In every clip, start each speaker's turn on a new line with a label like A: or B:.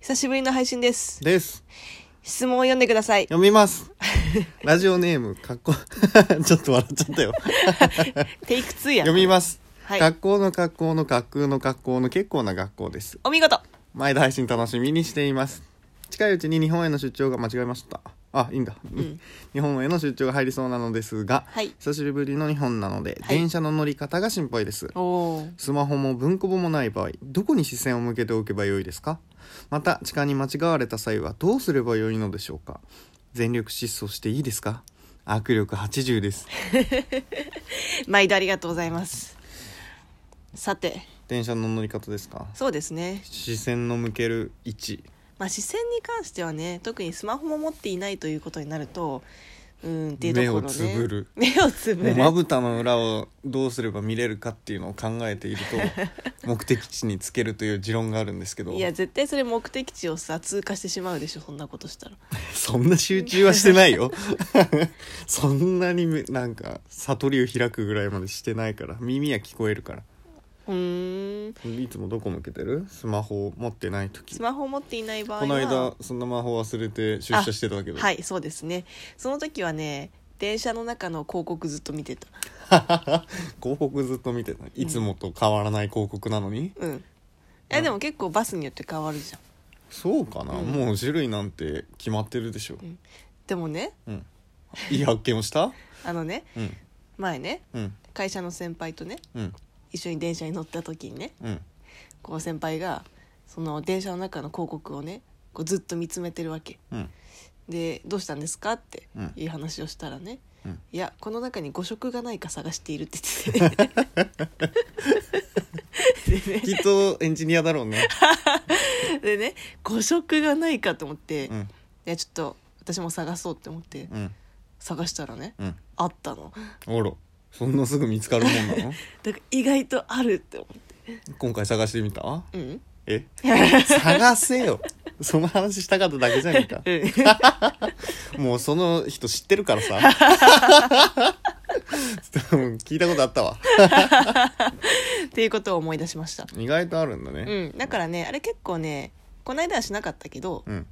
A: 久しぶりの配信です。
B: です。
A: 質問を読んでください。
B: 読みます。ラジオネーム、かっこ、 ちょっと笑っちゃったよ。
A: テイク2や。
B: 読みます。
A: はい
B: 学校の学校の学空の学校の結構な学校です。
A: お見事。
B: 毎度配信楽しみにしています。近いうちに日本への出張が間違えました。あ、いいんだ。日本への出張が入りそうなのですが、
A: はい
B: 久しぶりの日本なので、
A: はい
B: 電車の乗り方が心配です。
A: おお。
B: スマホも文庫本もない場合どこに視線を向けておけばよいですかまた痴漢に間違われた際はどうすればよいのでしょうか全力疾走していいですか握力80です
A: 毎度ありがとうございます。さて、
B: 電車の乗り方ですか
A: そうですね。
B: 視線の向ける位置
A: まあ視線に関してはね、特にスマホも持っていないということになると、うーんっていうところね。
B: 目をつぶる。
A: 目をつぶ
B: もう
A: る。
B: まぶたの裏をどうすれば見れるかっていうのを考えている と目的地につけるという持論があるんですけど
A: いや絶対それ目的地をさ通過してしまうでしょそんなことしたら
B: そんな集中はしてないよ そんなにめなんか悟りを開くぐらいまでしてないから耳は聞こえるから
A: うーん
B: いつもどこ向けてるスマホを持ってない時
A: スマホを持っていない場合は
B: この間そのスマホ忘れて出社してたけど、
A: はいそうですねその時はね電車の中の広告ずっと見てた
B: 広告ずっと見てたいつもと変わらない広告なのに、
A: うんいやでも結構バスによって変わるじゃん
B: そうかな、
A: うん
B: もう種類なんて決まってるでしょ
A: んでもね
B: うん、いい発見をした
A: あのね
B: うん
A: 前ね
B: うん
A: 会社の先輩とね
B: うん
A: 一緒に電車に乗った時にね
B: うん
A: こう先輩がその電車の中の広告をねこうずっと見つめてるわけ
B: うん
A: で「どうしたんですか?」って
B: うん
A: いう話をしたらね「
B: うん
A: いやこの中に誤色がないか探している」って言 っててで
B: きっとエンジニアだろうね、
A: ねでね誤色がないかと思って、
B: う
A: い
B: ん
A: やちょっと私も探そうって思って、
B: うん
A: 探したらね
B: うん
A: あったの
B: あらそんなすぐ見つかるもんな の
A: だから意外とあるって思って
B: 今回探してみた
A: うん
B: え探せよその話したかっただけじゃねえか
A: う
B: もうその人知ってるからさうん聞いたことあった
A: ん
B: わ
A: っていうことを思い出しました、
B: 意外とあるんだ
A: う
B: ね
A: ん、だからねあれ結構ねこの間はしなかったけど、
B: うん、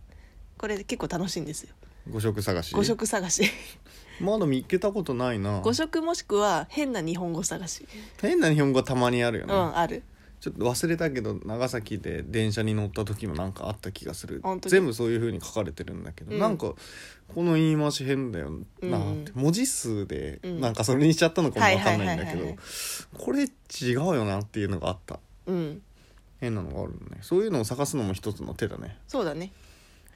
A: これ結構楽しいんですよ
B: 五色探し
A: 誤色探し
B: まだ見っけたことないな
A: 誤色もしくは変な日本語探し
B: 変な日本語たまにあるよ
A: う
B: ね、
A: んある
B: ちょっと忘れたけど長崎で電車に乗った時もなんかあった気がする
A: 本当に
B: 全部そういう風に書かれてるんだけど、
A: うん
B: なんかこの言い回し変だよなって、文字数で
A: うん
B: なんかそれにしちゃったのかもわかんないんだ
A: はいはい
B: け
A: はいはいは
B: ど
A: い
B: これ違うよなっていうのがあった
A: うん
B: 変なのがあるのねそういうのを探すのも一つの手だね
A: そうだね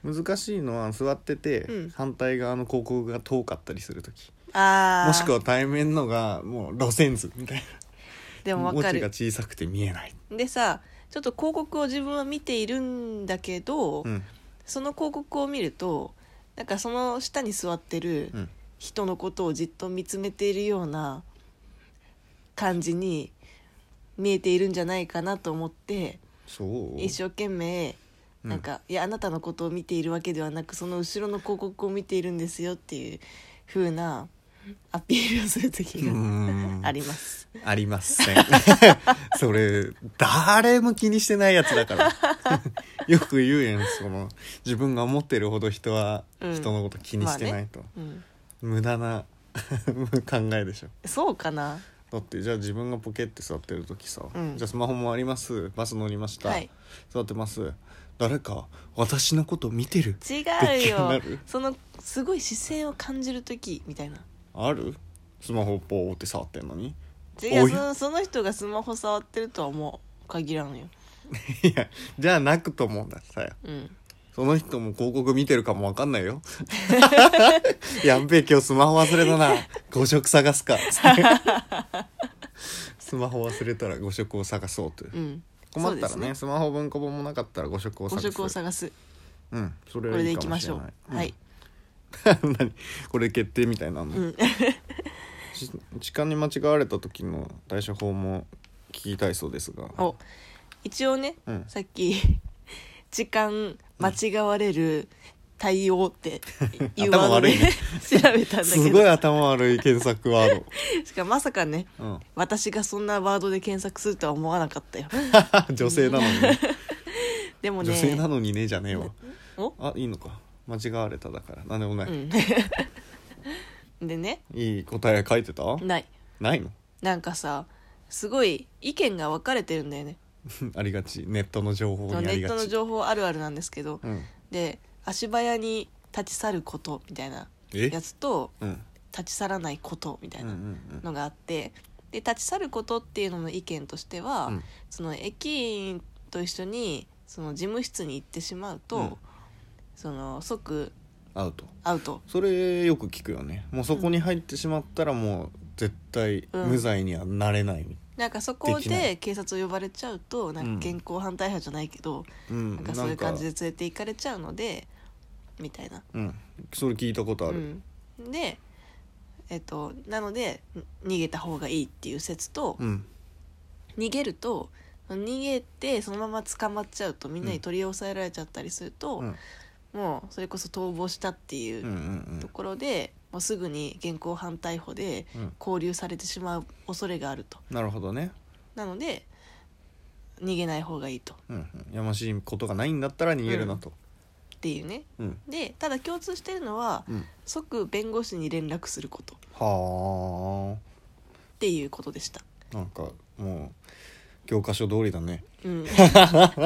B: 難しいのは座ってて、
A: うん
B: 反対側の広告が遠かったりする時
A: あー
B: もしくは対面のがもう路線図みたい
A: で
B: な
A: もわ
B: 文
A: か
B: 字が
A: る
B: 小さくて見えない、
A: でさちょっと広告を自分は見ているんだけど、
B: うん
A: その広告を見るとなんかその下に座ってる
B: うん、
A: 人のことをじっと見つめているような感じに見えているんじゃないかなと思って
B: そう
A: 一生懸命
B: うん
A: なんか、いやあなたのことを見ているわけではなくその後ろの広告を見ているんですよっていう風なアピールをする時
B: う
A: が
B: ー ん
A: あります。
B: ありません それ誰も気にしてないやつだから よく言うやんその自分が思ってるほど人は
A: うん
B: 人のこと気にしてないと、
A: うん、
B: 無駄な 考えでしょ
A: そうかな
B: だってじゃあ自分がポケって座ってる時さ、
A: うん
B: じゃあスマホもありますバス乗りました、
A: はい
B: 座ってます誰か私のこと見てる
A: 違う
B: な
A: よ
B: る
A: そのすごい視線を感じる時みたいな
B: あるスマホポーって触ってんの に
A: 違
B: お
A: う
B: い
A: そのその人がスマホ触ってるとは思う限らんよ
B: いやじゃあなくと思うんださよ
A: うん
B: その人も広告見てるかもわかんない よやんべえ今日スマホ忘れたな誤色 探すかつってスマホ忘れたら誤色を探そうという、
A: うん
B: 困った
A: そ
B: ら
A: う
B: ね
A: です
B: スマホ文庫本もなかったら誤色
A: 誤
B: を探す
A: 色を探す
B: うん、そ
A: こ
B: れ
A: れ
B: はい
A: でい
B: い
A: き
B: か
A: ま
B: も
A: し
B: し
A: ょ
B: れ
A: う
B: ない。
A: はい、
B: うん 何これ決定みたいなの、
A: うん、
B: し痴漢に間違われた時の対処法も聞きたいそうですが
A: お一応ね、
B: うん
A: さっき時間間違われる対応 っていうワ
B: 頭
A: ード
B: 悪
A: で、
B: いね
A: 調べたんだ
B: す
A: け
B: ごい
A: ど
B: 頭悪い検索ワー
A: しかもまさかね
B: ド、
A: 私がそんなワードで検索するとは思わなかったよ
B: うん、女性なのにね
A: でもね
B: 女性なのにねじゃねえわ
A: お
B: あいいのか間違われただからなんでもない、
A: うん でね
B: いい答え書いてた
A: ない
B: ないの
A: なんかさすごい意見が分かれてるんだよね
B: ありがちネットの情報
A: その
B: に
A: ネ
B: あり
A: ット
B: が
A: の
B: ち
A: 情報あるあるなんですけど、
B: うん
A: で足早に立ち去ることみたいな
B: え
A: やつと
B: うん
A: 立ち去らないことみた
B: う
A: い
B: んう
A: なんのがあってで立ち去ることっていうのの意見としては、
B: うん
A: その駅員と一緒にその事務室に行ってしまうと、
B: うん
A: その即
B: アウト
A: アウト
B: それよく聞くよねもうそこに入ってしまったらもう絶対
A: うん
B: 無罪にはなれない、
A: なんかそこ
B: できな
A: で
B: い
A: 警察を呼ばれちゃうとなんか現行犯逮捕じゃないけど、
B: うん、
A: なんかそういう感じ
B: なんか
A: で連れて行かれちゃうのでみたいな。
B: うんそれ聞いたことある、
A: うん、でえっとなのでん逃げた方がいいっていう説と、
B: うん
A: 逃げると逃げてそのまま捕まっちゃうとみんなに取り押さえられちゃったりすると、
B: うん
A: もうそれこそ逃亡したってい
B: うんう
A: うんところで、もうすぐに現行犯逮捕で
B: うん
A: 拘留されてしまう恐れがあると
B: なるほどね、
A: なので逃げない方がいいと
B: うんうん、やましいことがないんだったら逃げるなと、
A: っていうね
B: うん
A: でただ共通してるのは
B: うん
A: 即弁護士に連絡することっ
B: は
A: ていうことでした。
B: あなんかもう教科書通りだね
A: うん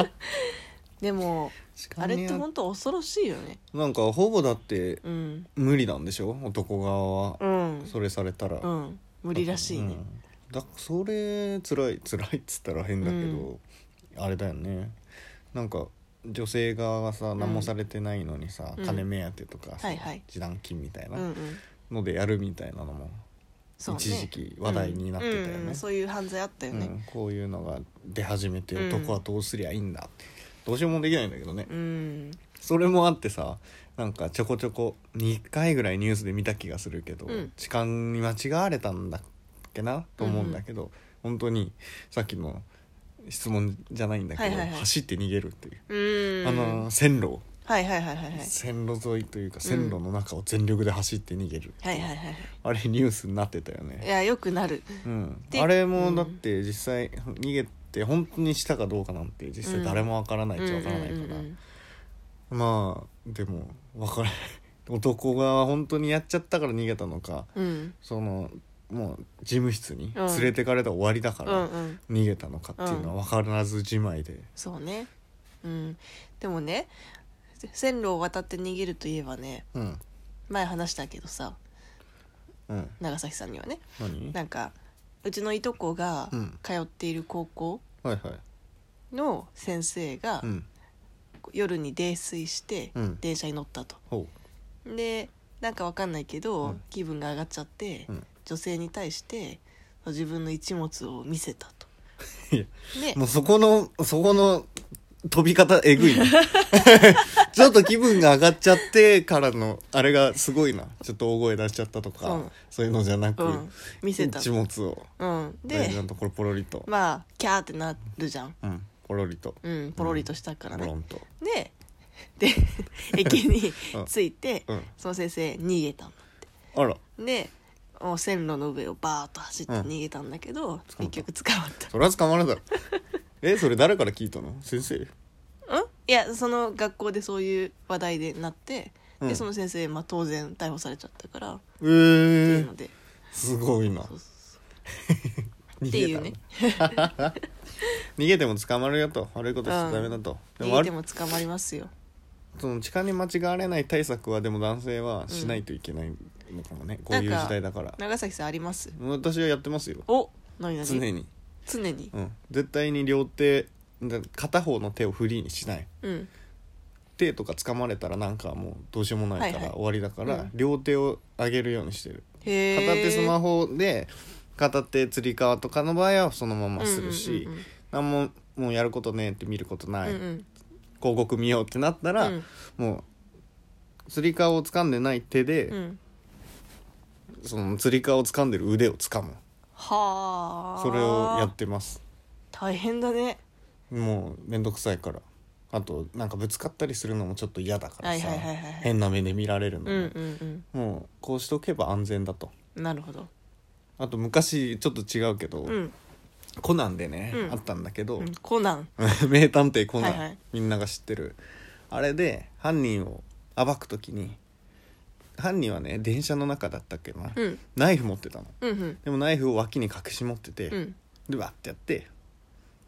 A: でもあれって本当恐ろしいよね
B: なんかほぼだって
A: うん
B: 無理なんでしょ男側は、
A: うん
B: それされたら、
A: うん無理らしいね、
B: うんだそれ辛い辛いっつったら変だけど、あれだよねなんか女性側がさ何もされてないのにさ、
A: うん
B: 金目当てとかさ、
A: はいはい
B: 示談金みたい
A: うんう
B: なんのでやるみたいなのも、
A: そうね
B: 一時期話題になってたよね
A: うんうんうんそういう犯罪あったよ
B: うん
A: ね
B: こういうのが出始めて
A: うん
B: 男はどうすりゃいいんだって、どうしようもできないんだけどね、
A: うん、
B: それもあってさなんかちょこちょこ2回ぐらいニュースで見た気がするけど、
A: うん
B: 痴漢に間違われたんだっけなと思うんだけど、本当にさっきの質問じゃないんだけど、
A: はいはいはい
B: 走って逃げるってい
A: う
B: う、
A: ん
B: あの線路を、
A: はいはいはいはいはい
B: 線路沿いというか線路の中を全力で走って逃げる、
A: はいはいはいは
B: あれニュースになってたよ
A: いい
B: ね、
A: やよくなる
B: うん、
A: で
B: あれもだって実際逃げて本当にしたかどうかなんて実際誰もわからないっちゃわからないから。
A: うんうんうん
B: まあでも分からない 男が本当にやっちゃったから逃げたのか
A: うん
B: そのもう事務室に
A: うん
B: 連れてかれたら終わりだか
A: うん
B: ら
A: うん
B: 逃げたのかっていうのは分からずじまいで、
A: そうねうんでもね線路を渡って逃げるといえばね
B: うん
A: 前話したけどさ
B: うん、
A: 長崎さんにはね
B: 何
A: なんかうちのいとこが
B: うん
A: 通っている高校
B: はいはい
A: の先生が
B: うん
A: 夜に泥酔して
B: うん
A: 電車に乗ったと。
B: ほ
A: でなんかわかんないけど、
B: うん
A: 気分が上がっちゃって、
B: う、うん、
A: 女性に対して自分の一物を見せたと。
B: いや
A: で
B: もうそこのそこの飛び方えぐいな ちょっと気分が上がっちゃってからのあれがすごいなちょっと大声出しちゃったとか、
A: うん
B: そういうのじゃなく、
A: うん、見せた
B: 一
A: と。
B: 物を
A: うん、
B: 大
A: で
B: 事なところポロリと
A: まあキャーってなるじゃん、
B: うん、ポロリと、
A: うん、ポロリとしたから
B: ポ
A: ね。
B: ロンと、
A: で で駅に
B: うん
A: 着いて、
B: うん、
A: その先生逃げたの。
B: あら
A: でもう線路の上をバーッと走って
B: うん
A: 逃げたんだけど、
B: 捕ま
A: 結
B: っ
A: 局
B: た
A: 捕まった
B: そりゃ捕 まるだろえそれ誰から聞いたの先生
A: うんいやその学校でそういう話題でなって、
B: う
A: で
B: ん
A: その先生、まあ、当然逮捕されちゃったから、
B: え
A: っていう
B: ー
A: の、で、
B: すごいな
A: そうそう
B: 逃
A: ってい
B: げ
A: う
B: た
A: ね
B: の逃げても捕まるよと悪いことしちゃダメだと、
A: そう
B: で
A: 逃
B: もあ
A: げて
B: る
A: も捕まりますよ
B: その痴漢に間違われない対策はでも男性はしないといけないのかもね、こういう時代だから
A: 長崎さんあります
B: 私はやってますよ
A: お何何
B: 常に、
A: 常に
B: うん、絶対に両手だ片方の手をフリーにしない
A: うん
B: 手とか掴まれたらなんかもうどうしようもないから
A: はいはい
B: 終わりだから、
A: うん
B: 両手を上げるようにしてる
A: へえ
B: 片手スマホで片手つり革とかの場合はそのままするし、
A: うんうん
B: なん何ももうやることねえって見ることない、
A: うんうん
B: 広告見ようってなった
A: う
B: ら、
A: ん
B: もうつり革を掴んでない手で、
A: うん
B: そのつり革を掴んでる腕を掴む
A: はあ
B: それをやってます
A: 大変だね
B: もうめんどくさいからあとなんかぶつかったりするのもちょっと嫌だからさ
A: はいはいはいはいはい
B: 変な目で見られるの
A: う
B: も、
A: んうん
B: もうこうしとけば安全だと
A: うんなるほど
B: あと昔ちょっと違うけど、
A: うん
B: コナンでね、
A: うん
B: あったんだけど、
A: うんコナン
B: 名探偵コナン、
A: はいはい
B: みんなが知ってるあれで犯人を暴く時に犯人はね電車の中だったっけな、
A: うん
B: ナイフ持ってたの
A: うんうん
B: でもナイフを脇に隠し持ってて、
A: うん
B: でわってやって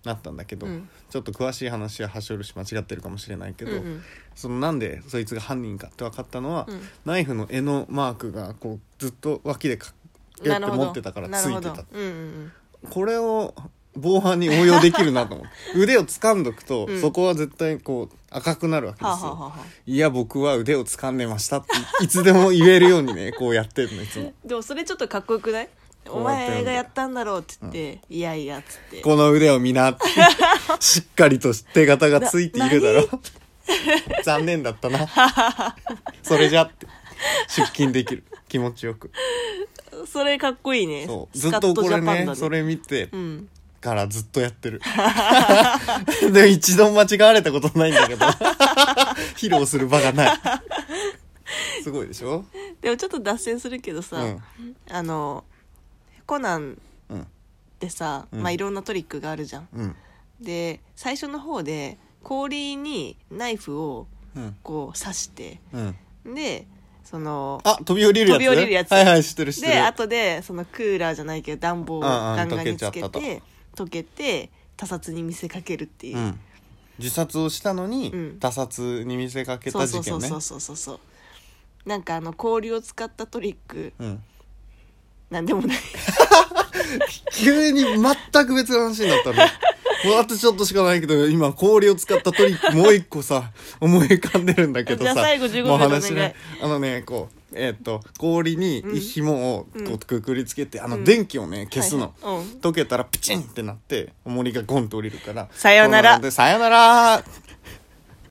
B: なったんだけど、
A: うん
B: ちょっと詳しい話は端折るし間違ってるかもしれないけど、
A: うんうん
B: そのなんでそいつが犯人かって分かったのは、
A: うん
B: ナイフの柄のマークがこうずっと脇でかや
A: な
B: っ
A: るほ
B: て
A: ど
B: 持ってたからついて
A: なる
B: た
A: ほどうんうん
B: これを防犯に応用できるなと思って 腕を掴んどくと、
A: うん
B: そこは絶対こう赤くなるわけ
A: うん
B: で
A: はあ
B: す
A: は
B: よ、
A: あはあはい
B: や僕は腕を掴んでましたっていつでも言えるように ねこうやってるのいつも
A: あでもそれちょっとかっこよくない
B: こ
A: お
B: うやってやるんだ
A: 前がやったんだろうって言って、いやいやっつって
B: この腕を見なって しっかりと手形がついているだろ 残念だったなそれじゃって出勤できる気持ちよく
A: それかっこいいね
B: そうず
A: ス
B: っ
A: カ
B: と
A: ット
B: こ
A: ジャ
B: れ
A: パンだね
B: ねそれ見て
A: うん
B: からずっとやってる で一度も間違われたことないんだけど 披露する場がないすごいでしょ
A: でもちょっと脱線するけどさ、
B: うん
A: あのコナン
B: うん
A: ってさ、
B: うん
A: まあ、いろんなトリックがあるじゃん
B: うん
A: で最初の方で氷にナイフを
B: うん
A: こう刺して
B: うん
A: でその
B: あ飛び降りるや
A: 飛
B: つ
A: び降りるやつ
B: はいはい知ってる知ってる
A: で後でそのクーラーじゃないけど暖房をガンガンにつけ
B: うんうん溶けち
A: て溶けて他殺に見せかけるっていう、
B: うん、自殺をしたのに、
A: うん
B: 他殺に見せかけ
A: そ
B: た
A: うそ
B: 事
A: うそ
B: 件
A: う
B: ね
A: そうそうそうそうなんかあの氷を使ったトリック
B: うん、
A: なんでもない
B: 急に全く別の話になったねもうあとちょっとしかないけど今氷を使ったトリックもう一個さ思い浮かんでるんだけどさ
A: じゃあ最後15
B: もう
A: 秒でお願い
B: 話ねあのねこうえーっと氷に
A: うん
B: 紐を
A: う
B: こうんくくりつけて、あ
A: う
B: の
A: ん
B: 電気をね消すの、
A: はいはいうん
B: 溶けたらプチンってなって重りがゴンと降りるから
A: さよなら
B: そうなんでさよなら